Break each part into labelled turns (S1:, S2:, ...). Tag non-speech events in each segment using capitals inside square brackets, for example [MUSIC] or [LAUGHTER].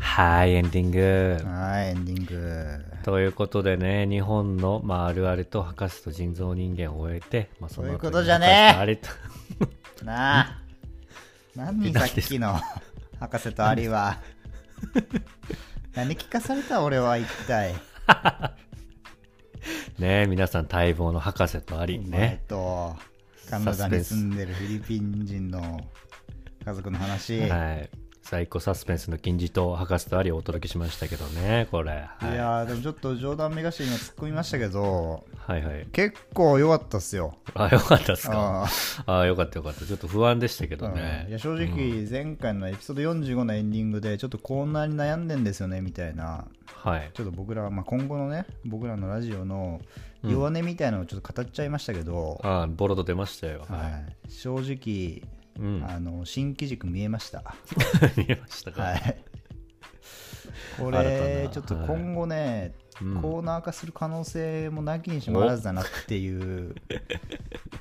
S1: はい、エンディング。
S2: はい、エンディング。
S1: ということでね、日本の、まあ、あるあると博士と人造人間を終えて、まあ、
S2: そういう
S1: の後に
S2: ことじゃねえ
S1: 博士と [LAUGHS] 有田
S2: なあ。何さっきの博士とアリは。何聞かされた俺は一体。
S1: ねえ皆さん待望の博士とアリ
S2: お前
S1: ね。
S2: とカナダに住んでるフィリピン人の家族の話。
S1: はい。サイコサスペンスの金字塔、博士とアリをお届けしましたけどね、これ。
S2: い
S1: はい、
S2: やーでもちょっと冗談めがして今突っ込みましたけど
S1: はい、はい。
S2: 結構良かったっすよ。
S1: あ、よかったですか。
S2: あ
S1: あよかったよかった。ちょっと不安でしたけどね。
S2: いや正直前回のエピソード45のエンディングでちょっとコーナーに悩んでんですよねみたいな
S1: はい。
S2: ちょっと僕ら、まあ、今後のね僕らのラジオの弱音みたいなのをちょっと語っちゃいましたけど、
S1: あボロと出ましたよ。
S2: は、
S1: はい
S2: 正
S1: い。うん
S2: 直。あの新機軸見えました。
S1: [LAUGHS] 見えましたか。
S2: はい。こ
S1: 新た
S2: れ
S1: な
S2: ちょっと今後ね、コーナー化する可能性もなきにしもあらずだなっ
S1: [LAUGHS]
S2: ていう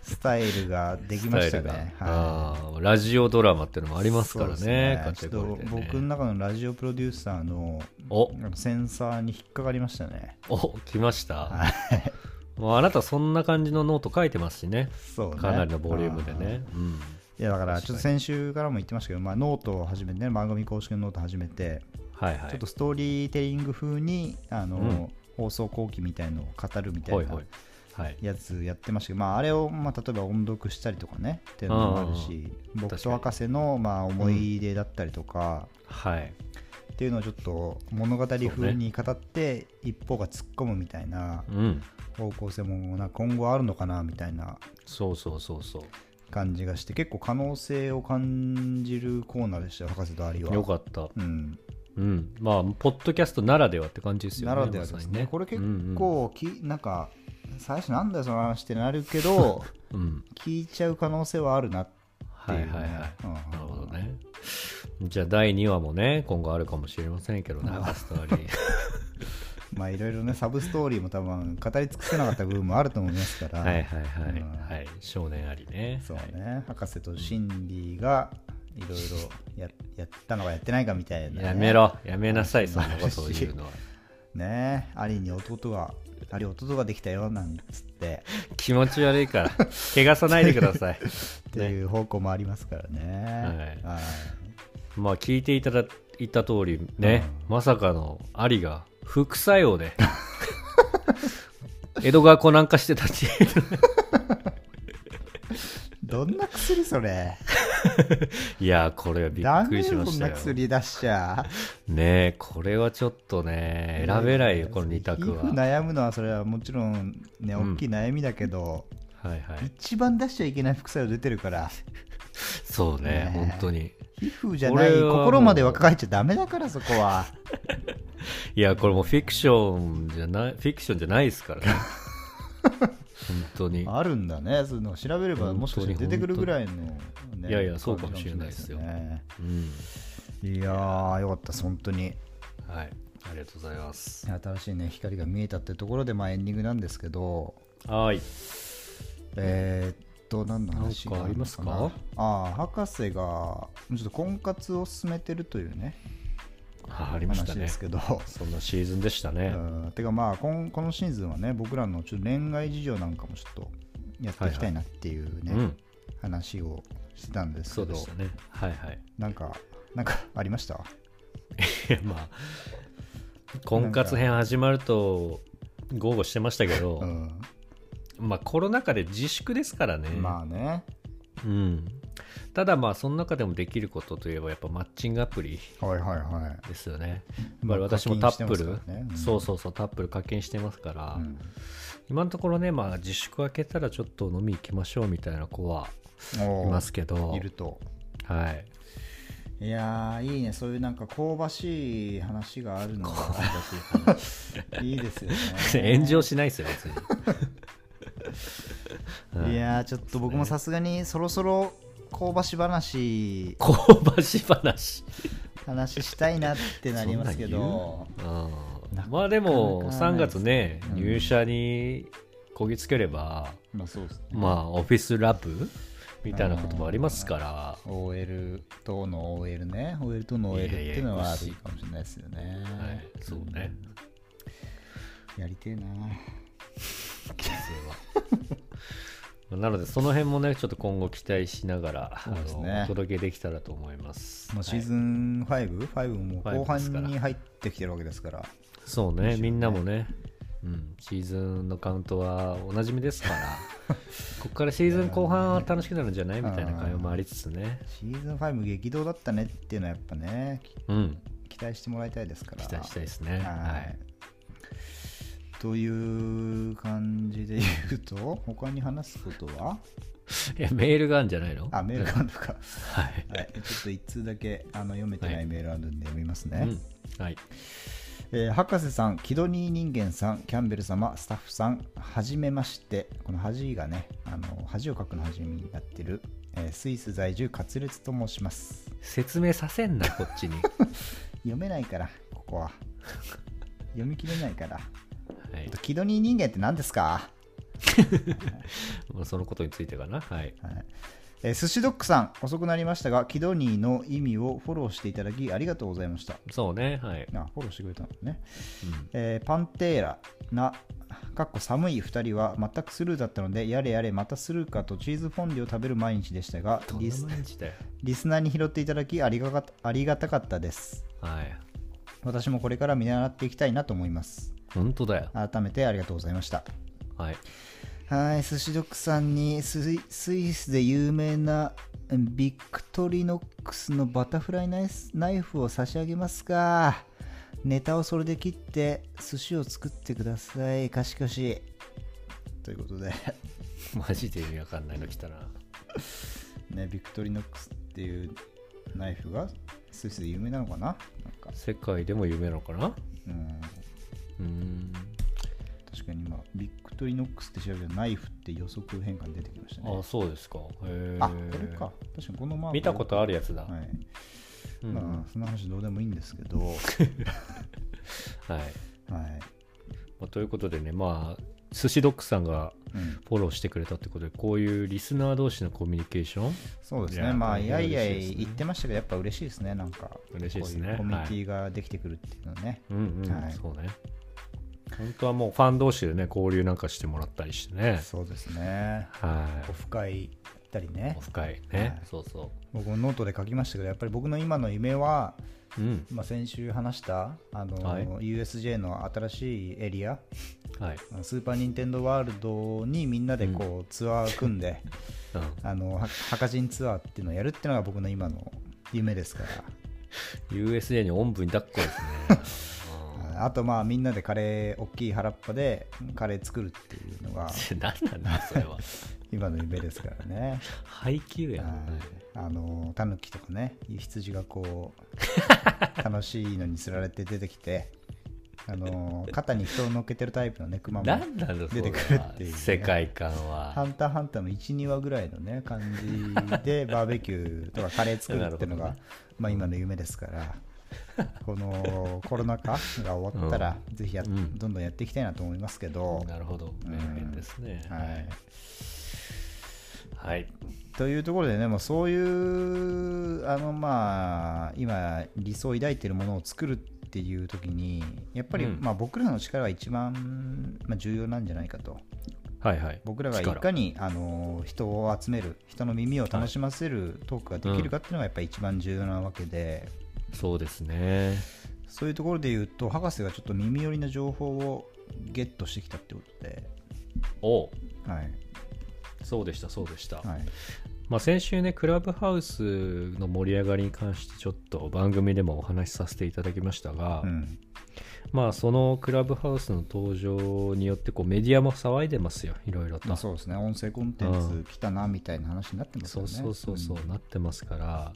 S2: スタイルができましたね。は
S1: あーラジオドラマっていうのもあ
S2: い。
S1: りますから
S2: そう
S1: ね、カ
S2: です
S1: テ
S2: ねち
S1: ゴ
S2: ょ
S1: リ
S2: っ
S1: ー
S2: と
S1: でね
S2: 僕の中のラジオプロデューサーの
S1: お
S2: センサーに引っかかりましたね。
S1: お来ました、
S2: はい。
S1: もうあなたそんな感じのノート書いてますしね
S2: そうね。
S1: かなりのボリュームでね、うん
S2: いやだからちょっと先週からも言ってましたけど、まあ、ノートを始めてね番組公式のノートを始めて、
S1: はいはい
S2: ちょっとストーリーテリング風にあの、
S1: うん
S2: 放送後期みたいのを語るみた
S1: ほ
S2: い
S1: い
S2: な
S1: ほいはい
S2: やつやってましたけど、まあ、あれを、まあ、例えば音読したりとかねっていうのもあるし僕
S1: 確か
S2: と
S1: に
S2: 博士の、まあ、思い出だったりとか、
S1: はい
S2: っていうのをちょっと物語風に語って、一方が突っ込むみたいな
S1: うん
S2: 方向性もなんか今後あるのかなみたいな
S1: そうそうそうそう
S2: 感じがして結構可能性を感じるコーナーでしたよ博士とアリは。
S1: よかった
S2: うん、
S1: うんまあポッドキャストならではって感じですよね
S2: ならではですね
S1: まさに
S2: これ結構き、なんか最初なんだよその話ってなる
S1: [LAUGHS]
S2: けど
S1: うんうん、うん
S2: 聞いちゃう可能性はあるなって
S1: はいいうは
S2: ね、
S1: いはい
S2: うん
S1: なるほどねじゃあ第2話もね今後あるかもしれませんけどね博士とアリ
S2: [LAUGHS] まあいろいろねサブストーリーも多分語り尽くせなかった部分もあると思いますから
S1: はいはいは
S2: う
S1: い、
S2: ん
S1: はい、少年ありね
S2: そうね博士とシンリーがいろいろややったのかやってないかみたいな、ね、
S1: やめろやめなさいそんなことを
S2: 素晴らしい
S1: 言うのは
S2: ねえアリに弟がアリ弟ができたよなんつって
S1: 気持ち悪い
S2: [LAUGHS]
S1: から汚さないでください
S2: っていう方向もありますからね
S1: は
S2: はい
S1: まあ聞いていただいた通りね、まさかのアリが副作用
S2: [LAUGHS]
S1: で江戸川コナン化してたち
S2: どんな薬それ
S1: いやーこれはびっくりしまし
S2: そん
S1: た
S2: な
S1: よ
S2: 薬出しちゃ
S1: ねえこれはちょっとね選べないよこの2択は
S2: 皮膚悩むのはそれはもちろんね
S1: うん
S2: 大きい悩みだけど、
S1: はいはい
S2: 一番出しちゃいけない副作用出てるから
S1: そうね
S2: ねえ
S1: 本当に
S2: 皮膚じゃない
S1: これはもう
S2: 心まで若返っちゃダメだからそこは
S1: いやこれもうフィクションじゃないフィクションじゃないです
S2: [LAUGHS]
S1: からね本当に
S2: あるんだねそういうのを調べればもしかして出てくるぐらいの、ね、
S1: いやいやそうかもしれないですよ
S2: 感じかもしれないで
S1: うん
S2: すよねいやーよかったです本当に
S1: はい、ありがとうございます。
S2: 新しいね光が見えたってところでまあエンディングなんですけど
S1: はい、
S2: えーっと何の話
S1: なんかありますか
S2: なああ博士がちょっと婚活を進めてるというね
S1: あありました
S2: 話で
S1: ね
S2: す。けど、
S1: そんなシーズンでした
S2: う
S1: ね。
S2: んてかまあこんこのシーズンはね僕らのちょっと恋愛事情なんかもちょっとやっていきたいなっていうね、
S1: うん、
S2: 話をしてたんです
S1: そ
S2: け
S1: うで
S2: ど
S1: したね。はいはい。
S2: なんかなんか [LAUGHS] ありました
S1: いやまあ婚活編始まると豪語してましたけど、
S2: うん、
S1: まあコロナ禍で自粛ですからね。
S2: まあね
S1: うん。ただまあその中でもできることといえばやっぱマッチングアプリ
S2: はいはいはい
S1: ですよね。
S2: まあ
S1: やっぱり私もタップ
S2: 課金してま
S1: ル
S2: す、からねうん
S1: そうそうそうタップル課金してますから、
S2: うん
S1: 今のところねまあ自粛明けたらちょっと飲み行きましょうみたいな子は
S2: お
S1: い
S2: ー
S1: ますけど
S2: いると
S1: はい。 [LAUGHS]
S2: いやーいいねそういうなんか香ばしい話があるのが
S1: [LAUGHS]
S2: いいですよね
S1: 炎上しないですよ、
S2: [LAUGHS]
S1: 別に。
S2: いやーちょっと僕もさすがにそろそろ香ばし話
S1: 香ばし話。
S2: 話したいなってなりますけど
S1: うん
S2: なかなか
S1: まあでも、
S2: ない
S1: 3月ね、
S2: うん
S1: 入社にこぎつければ、
S2: まあそうですね
S1: まあ、オフィスラブみたいなこともありますから。
S2: OL との OL ね OL との OL っていうの
S1: いやい
S2: は
S1: や
S2: あるいいかもしれないですよね
S1: はい、そうね。
S2: やりてえな
S1: 規制 [LAUGHS] は。なので、その辺もね、ちょっと今後期待しながら、
S2: そうですね
S1: あのお届けできたらと思います。
S2: もうシーズ
S1: はい
S2: ン 5?5 も
S1: 5
S2: 後半
S1: ですから
S2: に入ってきてるわけですから
S1: そうね、みんなもね、うん、シーズンのカウントはおなじみ
S2: [LAUGHS]
S1: ですから、ここからシーズン後半は楽しくなるんじゃないみたいな会話もありつつね、
S2: シーズン5激動だったねっていうのはやっぱねき
S1: うん、
S2: 期待してもらいたいですから
S1: 期待したいですね。
S2: は
S1: はいい。
S2: という感じで言うと他に話すことはい
S1: や、メールがあるんじゃないの
S2: あメールがあるのか
S1: はい。
S2: はい、ちょっと一通だけあの読めてな
S1: はい
S2: いメールあるんで読みますね、
S1: うん、はい。
S2: えー博士さんキドニー人間さんキャンベル様スタッフさんはじめましてこの恥がねあの恥をかくの恥になってる、えースイス在住カツレツと申します
S1: 説明させんな、こっちに。 [LAUGHS] は
S2: 読めないからここ
S1: [LAUGHS]
S2: は読み切れないから
S1: い。
S2: キドニー人間って何ですか
S1: まあそのことについてかな。はい。
S2: はいえー寿司ドッグさん遅くなりましたがキドニーの意味をフォローしていただきありがとうございました
S1: そうね、はい。
S2: あフォローしてくれたのね、
S1: うん
S2: えーパンテーラなかっこ寒い2人は全くスルーだったのでやれやれまたスルーかとチーズフォンデュを食べる毎日でしたが
S1: どん
S2: リ
S1: な
S2: ス
S1: 毎日だよ。
S2: リスナーに拾っていただきありがかありがたかったです
S1: はい。
S2: 私もこれから見習っていきたいなと思います
S1: 本当だよ。
S2: 改めてありがとうございました
S1: はい。
S2: はい、寿司ドッグさんにスイスイスで有名なビクトリノックスのバタフライナイスナイフを差し上げますかネタをそれで切って寿司を作ってくださいかしかしということで、 [LAUGHS]
S1: マジで意味わかんないの来たな。
S2: ね、ビクトリノックスっていうナイフがスイスで有名なのかななんか
S1: 世界でも有名なのかな
S2: うん
S1: うーん。
S2: 確かに今ビクトリノックスって調べたらナイフって予測変換出てきましたね
S1: あ、そうですか。へえ。
S2: あこれか。確かにこのマーク
S1: 見たことあるやつだ。
S2: はい
S1: うん
S2: まあその話どうでもいいんで
S1: [LAUGHS]
S2: すけど、はい、
S1: はい。まあということでね、まあ、寿司ドッグさんが
S2: うん
S1: フォローしてくれたってことで、こういうリスナー同士のコミュニケーション、
S2: そうです
S1: い
S2: ね、
S1: や
S2: まあ、
S1: 大
S2: い
S1: 変
S2: やいや
S1: 嬉しいですね
S2: 言ってましたけど、やっぱ嬉しいですね、なんか、
S1: 嬉しいですね
S2: こううコミュニティができてくるっていうのはね、
S1: うんうん、
S2: はい
S1: そうね。本当はもうファン同士でね、交流なんかしてもらったりしてね。
S2: そうですね、
S1: は
S2: オフ会行ったり
S1: い。
S2: ね
S1: オ、フ会
S2: は
S1: ね
S2: い。
S1: そうそ
S2: 僕もノートで書きましたけど、やっぱり僕の今の夢は、
S1: う。うん。
S2: まあ、先週話した、あの
S1: はい
S2: USJ の新しいエリア、
S1: はい。
S2: スーパー・ニンテンドー・ワールドにみんなでこうツアー組んで、
S1: うん
S2: あのは博人ツアーっていうのをやるっていうのが僕の今の夢ですから。
S1: USJ におんぶに抱っこですね。
S2: あとまあみんなでカレー大きい腹っぱでカレー作るっていうのが
S1: [LAUGHS] うん何なんだよそれは。
S2: 今の夢ですからね
S1: 配給やん。
S2: はいあのタヌキとかね羊がこう楽しいのに釣られて出てきてあの肩に人を乗っけてるタイプのねクマも
S1: 何なんだよそ
S2: 出
S1: れ
S2: てくるっていうね
S1: は。世界観
S2: ハ
S1: は。
S2: ンターハンターの12話ぐらいのね感じ
S1: [LAUGHS]
S2: でバーベキューとかカレー作るっていうの
S1: なるほ
S2: が
S1: どね
S2: まあ今の夢ですからこのコロナ禍が終わったらぜひやっ
S1: うん
S2: どんどんやっていきたいなと思いますけど
S1: なるほど。名言ですね。
S2: はい
S1: はい。
S2: というところでね、もうそういう、あのまあ、今、理想を抱いているものを作るっていう時に、やっぱり、
S1: うん
S2: まあ、僕らの力が一番、まあ、重要なんじゃないかと、
S1: はいはい。
S2: 僕らがい
S1: 力
S2: かにあの人を集める、人の耳を楽しませるトークができるかっていうのがやっぱり一番重要なわけで、
S1: そうですね。
S2: そういうところで言うと、博士がちょっと耳寄りな情報をゲットしてきたってことで、
S1: おう
S2: はい、
S1: そうでしたそうでした。
S2: はい、
S1: まあ、先週ね、クラブハウスの盛り上がりに関してちょっと番組でもお話しさせていただきましたが、
S2: うん、
S1: まあそのクラブハウスの登場によってこうメディアも騒いでますよ、いろいろと。
S2: まあ、そうですね、音声コンテンツ来たなみたいな話になってますよ
S1: そう
S2: ね。
S1: そうそうそう、なってますから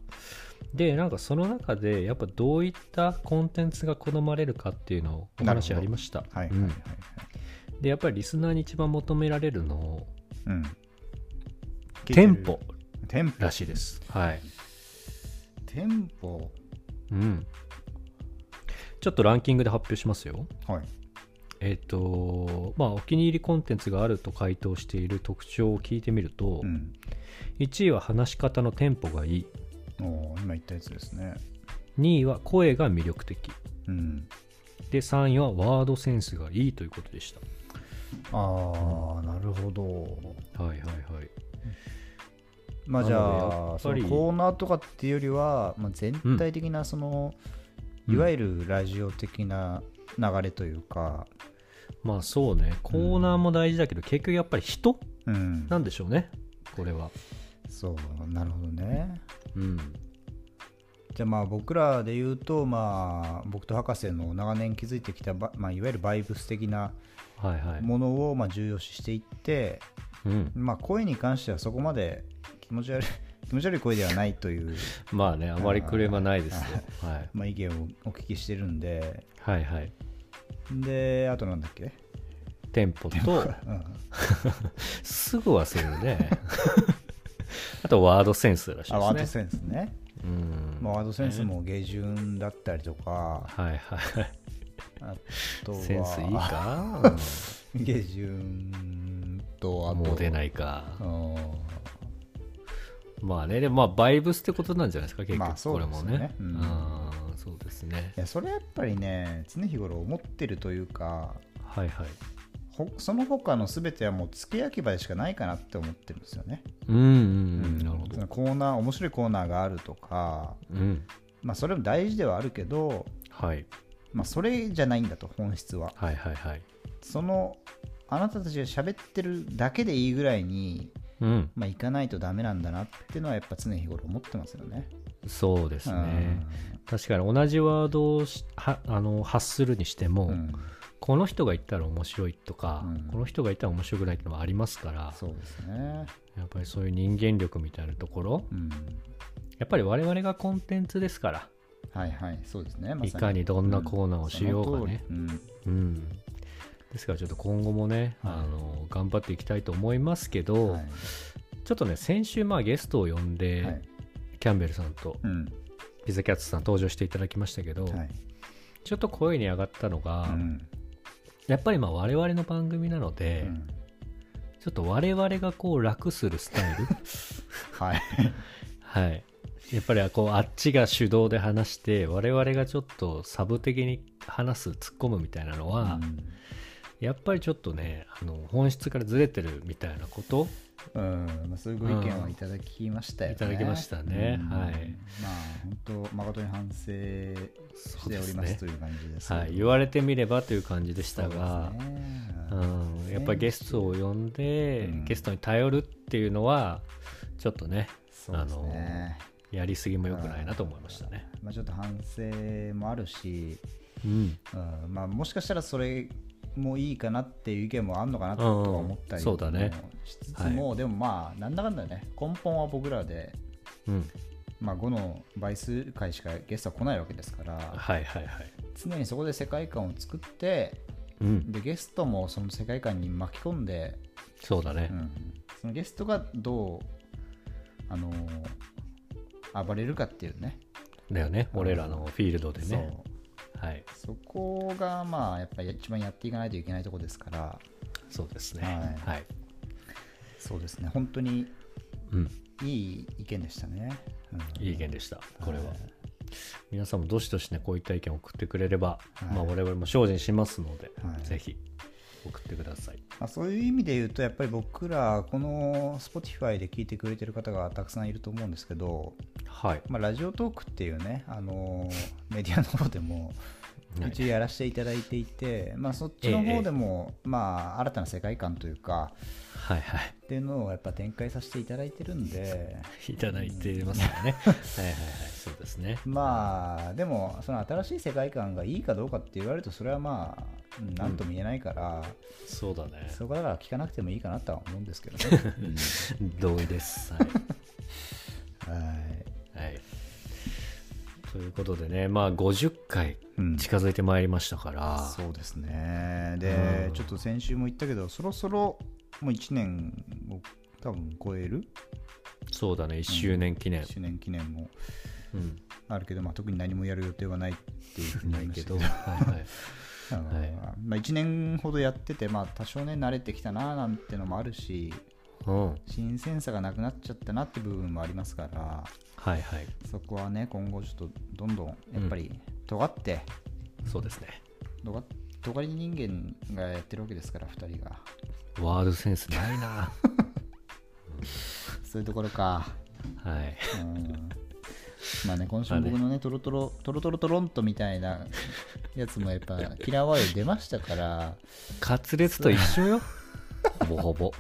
S1: でなんかその中でやっぱどういったコンテンツが好まれるかっていうのをお
S2: なるほ
S1: 話
S2: ど
S1: ありました、
S2: はいは
S1: う
S2: いはい、はい
S1: んでやっぱりリスナーに一番求められるの
S2: うん、
S1: テンポ
S2: テンポ
S1: らしいですはい、
S2: テンポ
S1: うん、ちょっとランキングで発表しますよ
S2: はい
S1: えっ、とまあお気に入りコンテンツがあると回答している特徴を聞いてみると、
S2: うん
S1: 1位は話し方のテンポがいい
S2: おー今言ったやつですね
S1: 2位は声が魅力的
S2: うん
S1: で3位はワードセンスがいいということでした
S2: ああなるほど
S1: はいはいはい
S2: まあじ
S1: なので
S2: ゃ
S1: や
S2: あ
S1: っ
S2: そ
S1: ぱり
S2: のコーナーとかっていうよりは、まあ、全体的なその、
S1: うん
S2: いわゆるラジオ的な流れというか、
S1: まあそうねコーナーも大事だけど、結局やっぱり人
S2: うん、
S1: なんでしょうねこれは
S2: そうなるほどね
S1: うん
S2: じゃあまあ僕らで言うとまあ僕と博士の長年築いてきたば、まあ、いわゆるバイブス的な
S1: はいはい
S2: ものをまあ重要視していって、
S1: うん、
S2: まあ声に関してはそこまで気持ち悪い [LAUGHS] 気持ち悪い声ではない
S1: [LAUGHS]
S2: という、
S1: まあねあまりクレームはないですよ、はい、
S2: まあ、意見をお聞きしてるんで
S1: はいはい
S2: であとなんだっけ、
S1: テンポと
S2: うん、
S1: すぐ忘れるね [LAUGHS] あとワードセンスらしいですね
S2: あワードセンスね、
S1: うん
S2: まあ、ワードセンスも下旬だったりとか、
S1: はいはい
S2: あとは
S1: センスいい
S2: [LAUGHS]
S1: か、
S2: 下旬と
S1: う
S2: あ
S1: ん
S2: と
S1: もう出ないか、
S2: うん
S1: まあねでもまあバイブスってことなんじゃないですか結
S2: まあ
S1: 局
S2: そ
S1: こ
S2: う
S1: れ
S2: です
S1: も
S2: よ
S1: ね,、
S2: ねうん
S1: うんそうですね
S2: いやそれやっぱりね常日頃思ってるというか
S1: はいはい
S2: ほその他の全てはもう付け焼き場でしかないかなって思ってるんですよね、
S1: うんうん、うん、なるほ
S2: そ
S1: ど
S2: のコーナー面白いコーナーがあるとか
S1: うん
S2: まあそれも大事ではあるけど
S1: はい
S2: まあそれじゃないんだと本質は
S1: はいはいはい
S2: そのあなたたちが喋ってるだけでいいぐらいに
S1: うん
S2: まあ、行かないとダメなんだなっていうのはやっぱ常日頃思ってますよね。
S1: そうですね確かに同じワードをしはあの発するにしても、
S2: うんうん
S1: この人が言ったら面白いとか、
S2: うん
S1: この人が言ったら面白くないっていうのもありますから
S2: そうですね。
S1: やっぱりそういう人間力みたいなところ
S2: うん、
S1: やっぱり我々がコンテンツですから、
S2: はいはい、そうですね。
S1: いかにどんなコーナーをしようがね、。
S2: うんその通
S1: うん、ですからちょっと今後もね、
S2: はい
S1: あの頑張っていきたいと思いますけ
S2: りう
S1: ど、
S2: んはい
S1: ちょっとね先週まあゲストを呼んで、
S2: はい
S1: キャンベルさんと
S2: うん
S1: ピザキャッツさん登場していただきましたけど、
S2: はい
S1: ちょっと声に上がったのが、
S2: うん
S1: やっぱりまあ我々の番組なので、
S2: うん
S1: ちょっと我々がこう楽するスタ
S2: [LAUGHS]
S1: イル
S2: はい
S1: はいやっぱりこうあっちが主導で話して我々がちょっとサブ的に話す突っ込むみたいなのは、やっぱりちょっとねあの本質からずれてるみたいなこと
S2: うんうんまあ、そういうご意見をいただきましたよね。
S1: いただきましたね
S2: うん
S1: はい
S2: まあ、本当、誠に反省しておりますという感じです。
S1: はい、言われてみればという感じでしたが
S2: そうですね
S1: う、ん、やっぱりゲストを呼んで、
S2: うん
S1: ゲストに頼るっていうのはちょっとね
S2: そうですね。
S1: やりすぎも良くないなと思いましたね。
S2: まあ、ちょっと反省もあるし、
S1: うん
S2: うんまあ、もしかしたらそれもいいかなっていう意見もあるのかなとは思ったり
S1: うんそうだね
S2: もしつつも、でもまあなんだかんだね根本は僕らで、
S1: うん、
S2: まあ、5の倍数回しかゲストは来ないわけですから
S1: はいはいはい。
S2: 常にそこで世界観を作って
S1: うん、
S2: でゲストもその世界観に巻き込んで、
S1: そうだね
S2: う。ん、そのゲストがどうあの暴れるかっていうね
S1: だよね、
S2: うん
S1: 俺らのフィールドで
S2: そ
S1: ね。
S2: う
S1: はい、
S2: そこがまあやっぱり一番やっていかないといけないところですから
S1: そうですね。
S2: は
S1: はい。
S2: そうですね本当に
S1: うん、
S2: いい意見でしたね、うん
S1: いい意見でした、これは。皆さんもどしどしね、こういった意見を送ってくれれば、
S2: はい
S1: まあ我々も精進しますので、
S2: はい
S1: ぜひ送ってください。
S2: まあ、そういう意味で言うとやっぱり僕らこの Spotify で聞いてくれてる方がたくさんいると思うんですけど、
S1: はい。
S2: まあ、ラジオトークっていうね、あのーメディアの方でも
S1: はい
S2: 一応やらせていただいていて、まあ、そっちの方でも、まあ、新たな世界観というか
S1: はいは
S2: っていうのをやっぱ展開させていただいてるんで
S1: [LAUGHS] い。いただいてますよね。はいはいはい、そうですね。
S2: まあでもその新しい世界観がいいかどうかって言われるとそれはまあうんなんとも言えないから、
S1: そうだね。
S2: そこだから聞かなくてもいいかなとは思うんですけど
S1: [LAUGHS]
S2: ね。
S1: 同意です。はい。
S2: はい
S1: はい、ということでね、まあ、50回
S2: うん
S1: 近づいてまいりましたから、
S2: そうですねで、
S1: うん
S2: ちょっと先週も言ったけどそろそろもう1年を多分超える
S1: そうだね、1周年記念、
S2: 周年記念も
S1: うん
S2: あるけど、まあ、特に何もやる予定はないっていうふうに
S1: な
S2: 言い
S1: い
S2: ま
S1: け
S2: した
S1: ど、はいはい、
S2: あの
S1: はい
S2: まあ、1年ほどやってて、まあ、多少ね慣れてきたななんてのもあるし
S1: うん。はい
S2: 新鮮さがなくなっちゃったなって部分もありますから
S1: はい。
S2: そこはね今後ちょっとどんどんやっぱり尖って、
S1: そうですね。
S2: 尖っ尖り人間がやってるわけですから2人が
S1: ワードセンスないな。
S2: そういうところか
S1: はい。
S2: うんまあね今週も僕のねトロトロトロトロトロンとみたいなやつもやっ
S1: [LAUGHS]
S2: ぱキラーワード出ましたから
S1: カツレツと一緒よ。ほぼほぼ。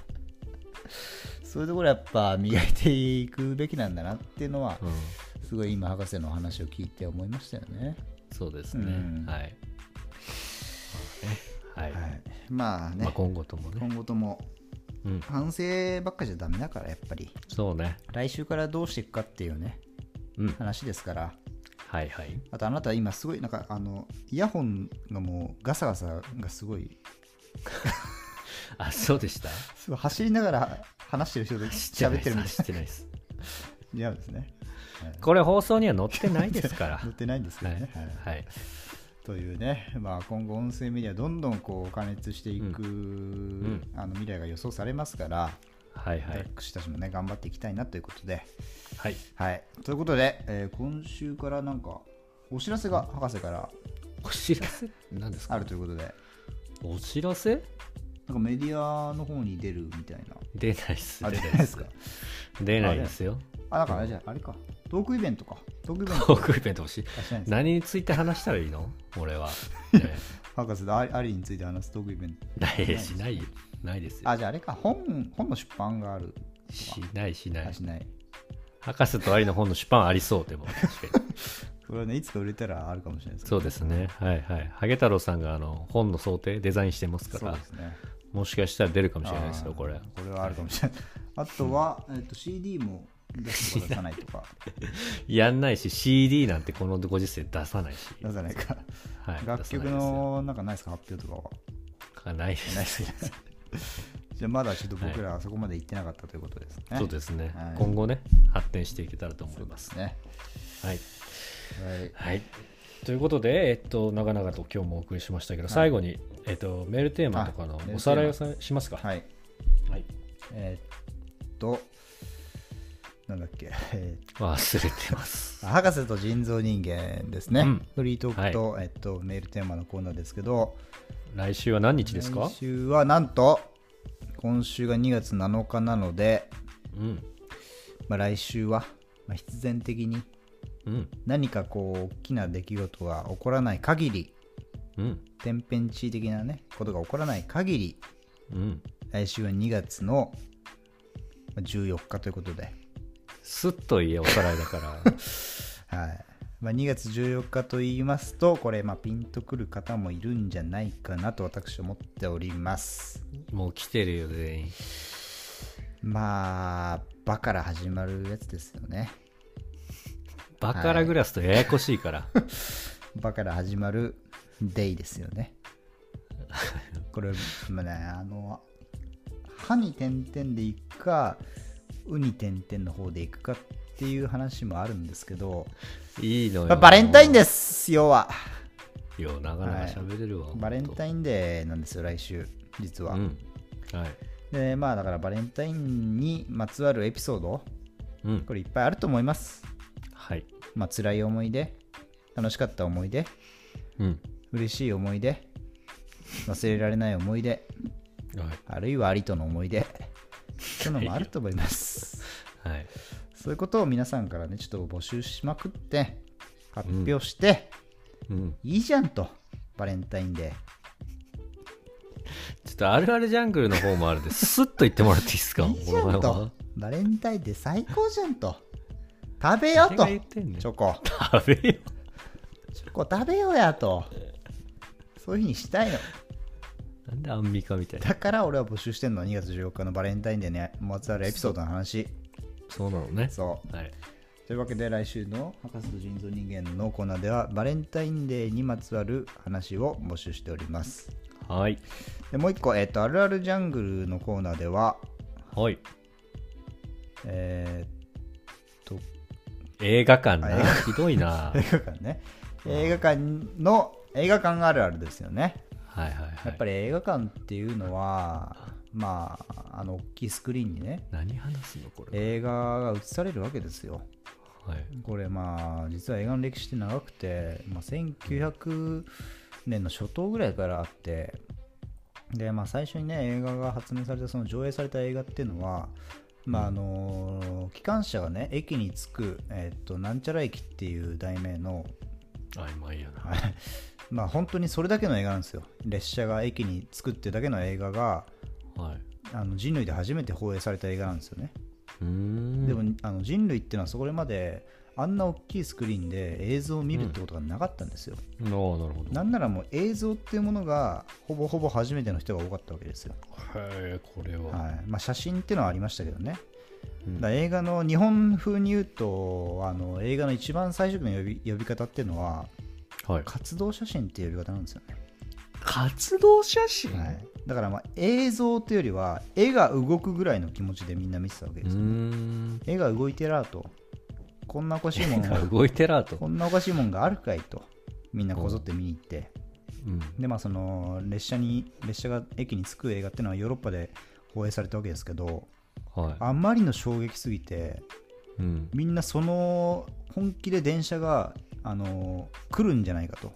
S2: そういうところやっぱ磨いていくべきなんだなっていうのは
S1: うん。
S2: すごい今博士の話を聞いて思いましたよね。
S1: そうですね。
S2: うん
S1: はい。まあねはい。
S2: はい、まあね、
S1: まあ今後ともね。
S2: 今後とも
S1: うん。
S2: 反省ばっかじゃダメだからやっぱり
S1: そうね。
S2: 来週からどうしていくかっていうね
S1: うん。
S2: 話ですから
S1: はいはい。
S2: あとあなた今すごいなんかあのイヤホンがもうガサガサがすごい
S1: あ、そうでした。
S2: すごい走りながら話してる人と喋ってるみたい
S1: 知ってないです。
S2: な違うんですね
S1: これ放送には載ってないですか
S2: [LAUGHS]
S1: ら。
S2: 載ってないんです
S1: [LAUGHS]
S2: け
S1: は
S2: ど
S1: い
S2: ね、はい。
S1: はい。
S2: というね、まあ、今後音声メディアどんどんこう加熱していく、
S1: ん
S2: あの未来が予想されますから、
S1: はいはい。
S2: 私たちもね頑張っていきたいなということで
S1: はい。
S2: はいということで、えー今週からなんかお知らせが博士から
S1: お知らせ何です
S2: あ
S1: か
S2: るということで
S1: お知らせ
S2: なんかメディアの方に出るみたいな
S1: 出ないっす。
S2: あ
S1: 出
S2: 出
S1: な
S2: ないい
S1: っ
S2: です
S1: す
S2: か。
S1: 出ないですよ。
S2: あだからあれじゃあれかトークイベントかトークイベント
S1: トークイベント欲しい。
S2: あしないんですか
S1: 何について話したらいいの俺 [LAUGHS] は。ね
S2: 博士とありありについて話すトークイベント
S1: ないしないよ。ないですよ。
S2: あじゃああれか本本の出版がある
S1: しないしな
S2: あ
S1: い。
S2: しない
S1: 博士とアリの本の出版ありそうでも確かに
S2: これはねいつか売れたらあるかもしれないですけ
S1: そ
S2: ど
S1: うですねはいはいハゲ太郎さんがあの本の想定デザインしてますか
S2: そう
S1: ら
S2: ですね
S1: もしかしたら出るかもしれないですよこれ
S2: あーこれはあるかもしれない。あとは、えっと CD も出すとか出さないとか、
S1: やんないし CD なんてこのご時世出さないし、
S2: 出さないか。
S1: はい、
S2: 楽曲
S1: 出さない
S2: のなんかないですか、発表とかは。
S1: ですよないです
S2: ないですね。じゃあまだちょっと僕らはそこまで行ってなかったということですね。
S1: [LAUGHS] そうですね、
S2: はい
S1: 今後ね発展していけたらと思います
S2: すね。
S1: はい、
S2: はい。
S1: はい、ということで、えっと、長々と今日もお送りしましたけど、最後に、えっと、メールテーマとか
S2: あ
S1: の
S2: メールテーマ
S1: おさらいをさしますか
S2: はい。
S1: はい、
S2: えーっと、なんだっけ、えー
S1: 忘れてます
S2: 博士と人造人間ですね。
S1: うん
S2: フリートークと、えっと、メールテーマのコーナーですけど、
S1: 来週は何日ですか
S2: 今週はなんと、今週が2月7日なので、
S1: うん
S2: まあ、来週は、まあ、必然的に
S1: うん
S2: 何かこう大きな出来事が起こらない限り
S1: うん
S2: 天変地異的なねことが起こらない限り
S1: うん
S2: 来週は2月のまあ14日ということで、
S1: すっと言えおさらいだから [LAUGHS]
S2: はいまあ、2月14日と言いますとこれまあピンとくる方もいるんじゃないかなと私は思っております
S1: もう来てるよ全員
S2: まあ「バ」から始まるやつですよね
S1: バカラグラスとややこしいから、
S2: 「バ」から始まる「デイ」ですよ [LAUGHS] ねこれ、まあね、あの、歯に点々でいくか、うに点々の方でいくかっていう話もあるんですけど、
S1: い、いのよ、
S2: まあバレンタインです、要は。
S1: すよう長々喋れるわ、
S2: バレンタ
S1: イ
S2: インデーなんですよ、来週、実は。
S1: うんはい
S2: で、まあだからバレンタインにまつわるエピソード、
S1: うん
S2: これいっぱいあると思います。
S1: はい
S2: まあ辛い思い出、楽しかった思い出、
S1: うん
S2: 嬉しい思い出、忘れられない思い出、
S1: は
S2: あるいはありとの思
S1: [LAUGHS]
S2: い出、そういうのもあると思います。
S1: い、はい、
S2: そういうことを皆さんからね、ちょっと募集しまくって、発表して、
S1: うん
S2: いいじゃんと、バレンタインデ
S1: ちょっとあるあるジャングルの方もあるんでスッと言ってもらっていいで
S2: [LAUGHS]
S1: すか
S2: ー。いいじゃ
S1: こ
S2: ん
S1: の前は
S2: と、バレンタインデー最高じゃんと、食べよ
S1: 誰 [LAUGHS]
S2: うと
S1: が、言ってんねん
S2: チョコ、
S1: 食べよ
S2: チョコ食べようやと、そういうふうにしたいの。
S1: うなんでアンミカみたいな
S2: だから俺は募集してんの、2月14日のバレンタインデーにまつわるエピソードの話。
S1: そうなのね
S2: そう。
S1: はい
S2: というわけで来週の「博士と人造人間」のコーナーではバレンタインデーにまつわる話を募集しております。
S1: はい
S2: でもう一個、えっ、と、あるあるジャングルのコーナーでは、
S1: はい
S2: えーっ
S1: 映画館
S2: あ映
S1: な
S2: 画
S1: ひどい [LAUGHS] な
S2: [LAUGHS] と、映画館ね。映画館の、映画館あるあるですよね。
S1: はいはいはい
S2: やっぱり映画館っていうのは、まあ、あの、大きいスクリーンにね、
S1: 何話すのこれ、
S2: 映画が映されるわけですよ。
S1: はい
S2: これまあ実は映画の歴史って長くて、まあ、1900年の初頭ぐらいからあってでまあ最初にね映画が発明されたその上映された映画っていうのはまああの機関車がね駅に着く、えっとなんちゃら駅っていう題名の
S1: 曖昧やな、
S2: はいまあ本当にそれだけの映画なんですよ列車が駅に着くってだけの映画が
S1: はい、
S2: あの人類で初めて放映された映画なんですよね
S1: うーん
S2: でもあの人類っていうのはそこまであんな大きいスクリーンで映像を見るってことがなかったんですよ、
S1: ああなるほど
S2: なんならもう映像っていうものがほぼほぼ初めての人が多かったわけですよ、
S1: へえこれは、
S2: はいまあ、写真っていうのはありましたけどね、
S1: うん
S2: だから映画の日本風に言うとあの映画の一番最初期の呼び呼び方っていうのは
S1: はい、
S2: 活動写真っていう呼び方なんですよね、
S1: 活動写真、
S2: はい、だからまあ映像っていうよりは絵が動くぐらいの気持ちでみんな見てたわけ
S1: う
S2: で
S1: ー
S2: すよ、
S1: ん
S2: 絵が動いてらーとこんなおかしいものが
S1: 動いてらー [LAUGHS] と、
S2: こんなおかしいもんがあるかいとみんなこぞって見に行って、
S1: うん、
S2: でまあその列車に列車が駅に着く映画っていうのはヨーロッパで放映されたわけですけど
S1: はい
S2: あまりの衝撃すぎて
S1: うん、
S2: みんなその本気で電車があの来るんじゃないかと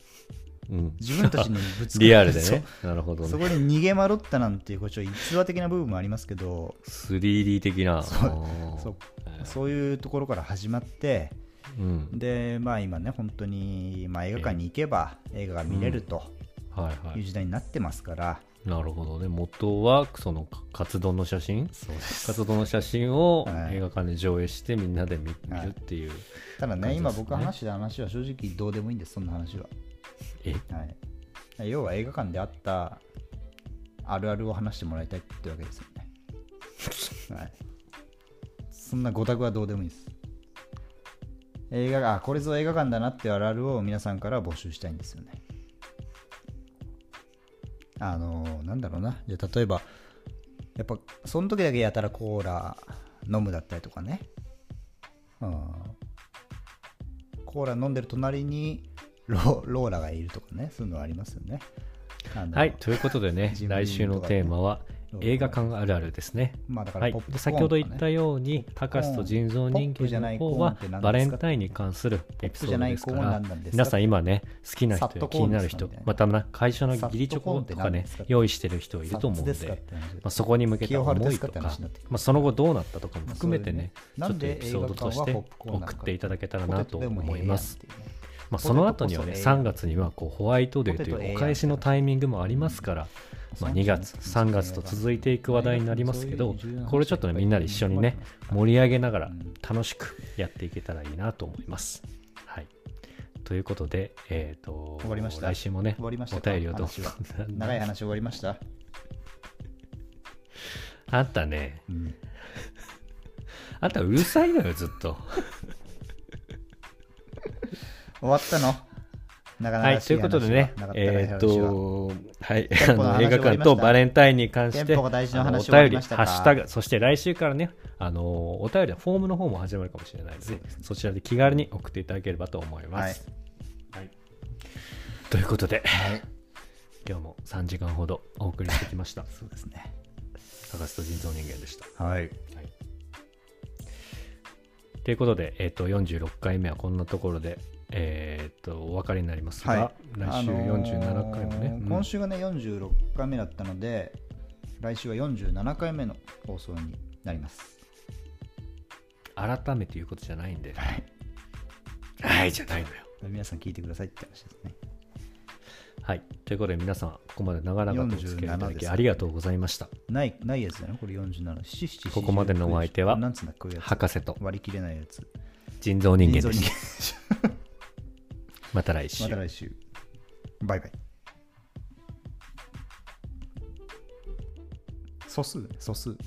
S1: うん、
S2: 自分たちにぶつかって
S1: [LAUGHS] リアルで
S2: そう
S1: ねなるほど
S2: そ
S1: ね
S2: こで逃げまろったなんていうこうちょっと逸話的な部分もありますけど
S1: 3D 的な
S2: そう
S1: あー
S2: そう
S1: はい
S2: そういうところから始まって
S1: うん
S2: でまあ今ね本当に、まあ、映画館に行けば映画が見れると
S1: はいはい
S2: いう
S1: い
S2: 時代になってますから、
S1: なるほどね元はその活動の写真
S2: そうです
S1: 活動の写真を
S2: はい
S1: 映画館で上映してみんなで見,、
S2: はい
S1: るっていう
S2: ただ
S1: 感
S2: ね、
S1: じですね
S2: 今僕が話した話は正直どうでもいいんです、そんな話は。
S1: え
S2: はい、要は映画館であったあるあるを話してもらいたいってわけです
S1: [LAUGHS]
S2: よね。はい、そんなごたくはどうでもいいです。映画が、あこれぞ映画館だなっていうあるあるを皆さんから募集したいんですよね。あのーなんだろうな。じゃあ例えば、やっぱ、その時だけやたらコーラ飲むだったりとかね。うん。コーラ飲んでる隣にロローラがいるとかね、そういうのはありますよね。あの
S1: はい。ということでね
S2: 自分
S1: 来週のテーマは映画館あるあるですね
S2: まあだか
S1: は
S2: ら
S1: い
S2: ポップコーンとかね、
S1: 先ほど言ったように、たかしと人造人間の方は
S2: ポップじゃないコーンって何ですか
S1: バレンタインに関するエピソードですか
S2: ポップじゃないコーン
S1: ら
S2: なんなんですか
S1: 皆さん今ね好きな
S2: サ
S1: 人
S2: ッ
S1: や
S2: トコ
S1: 気
S2: ー
S1: に
S2: ン
S1: な
S2: です
S1: る
S2: か
S1: 人
S2: みたいな
S1: またな会社の義理チョコとかね
S2: サットコーンって何ですか
S1: 用意してる人いると思うんで
S2: サッツですかって話
S1: まあ、そこに向けた思いと
S2: 清春ですかって
S1: か
S2: 話になってきて
S1: まあ、その後どうなったとかも含めてねち
S2: ま
S1: ょ
S2: あそ
S1: っ
S2: う
S1: とエ
S2: だよね
S1: ピソードとし
S2: なんで
S1: て
S2: 映画館はポップコーンなのか
S1: 送っていただけたら
S2: ポ
S1: な
S2: テ
S1: と
S2: トでも
S1: 思
S2: ええ
S1: い
S2: やん
S1: ま
S2: っ
S1: す
S2: ていうね
S1: まあ、
S2: ポテ
S1: そ
S2: ト
S1: の後には
S2: こ
S1: ね
S2: そええやん
S1: 3月にはこうホワイトデーと
S2: ポテトえ
S1: い
S2: えや
S1: うんお返しのタイミングもありますから、まあ、2月3月と続いていく話題になりますけどこれちょっとねみんなで一緒にね盛り上げながら楽しくやっていけたらいいなと思います。はい、ということで、えー、と
S2: 終わりました
S1: 来週もね
S2: 終わりました
S1: お
S2: か
S1: 便りをどう
S2: 話は長い話終わりました、
S1: [LAUGHS] あんたね
S2: うん
S1: あんたうるさいのよずっと。
S2: 終わったのなかなか
S1: はい、ということでね、えーっと、はい、
S2: 店
S1: あ
S2: 舗の話
S1: の映画
S2: 終わり
S1: 館
S2: ました
S1: とバレンタインに関して、
S2: 店舗が大事な
S1: あの
S2: 話終わ
S1: お
S2: り
S1: 便り、
S2: ま
S1: ハ
S2: したか
S1: ッシュタグ、そして来週からね、あのお便りのフォームの方も始まるかもしれないので、そちらで気軽に送っていただければと思います。はいということで、
S2: はい
S1: 今日も3時間ほどお送りしてきました。
S2: そうですね
S1: 高須と人造人間でした。
S2: はい
S1: ということで、えーっと46回目はこんなところで、えーっとお分かりになりますが、来週47回もね、
S2: あのー
S1: うん
S2: 今週がね46回目だったので来週は47回目の放送になります
S1: 改めて言うことじゃないんで、はいじゃないのよ。
S2: 皆さん聞いてくださいって話ですね
S1: はい。ということで、皆さん、ここまで長々とお付き合いいただ
S2: 47です
S1: き
S2: ね
S1: ありがとうございました。
S2: ないないやつだよねこれ477
S1: ここまでのお相手は
S2: なんつうんだこういうやつ
S1: 博士と
S2: 割り切れないやつ
S1: 人造人間
S2: 人
S1: で
S2: 造
S1: した。また来週
S2: ま。た来週バイバイ素数ね素数はい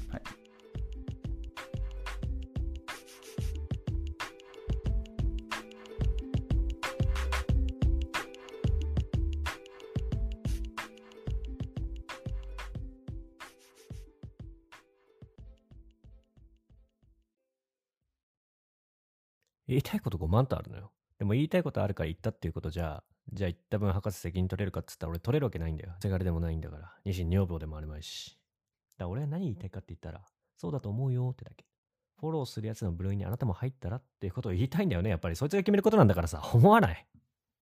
S1: 言いたいこと5万とあるのよ。でも言いたいことあるから言ったっていうことじゃ、じゃあ言った分博士責任取れるかっつったら俺取れるわけないんだよ。せがれでもないんだから。二子女房でもあるまいし。から俺は何言いたいかって言ったら、そうだと思うよってだけ。フォローするやつの部類にあなたも入ったらっていうことを言いたいんだよね。やっぱりそいつが決めることなんだからさ、思わない。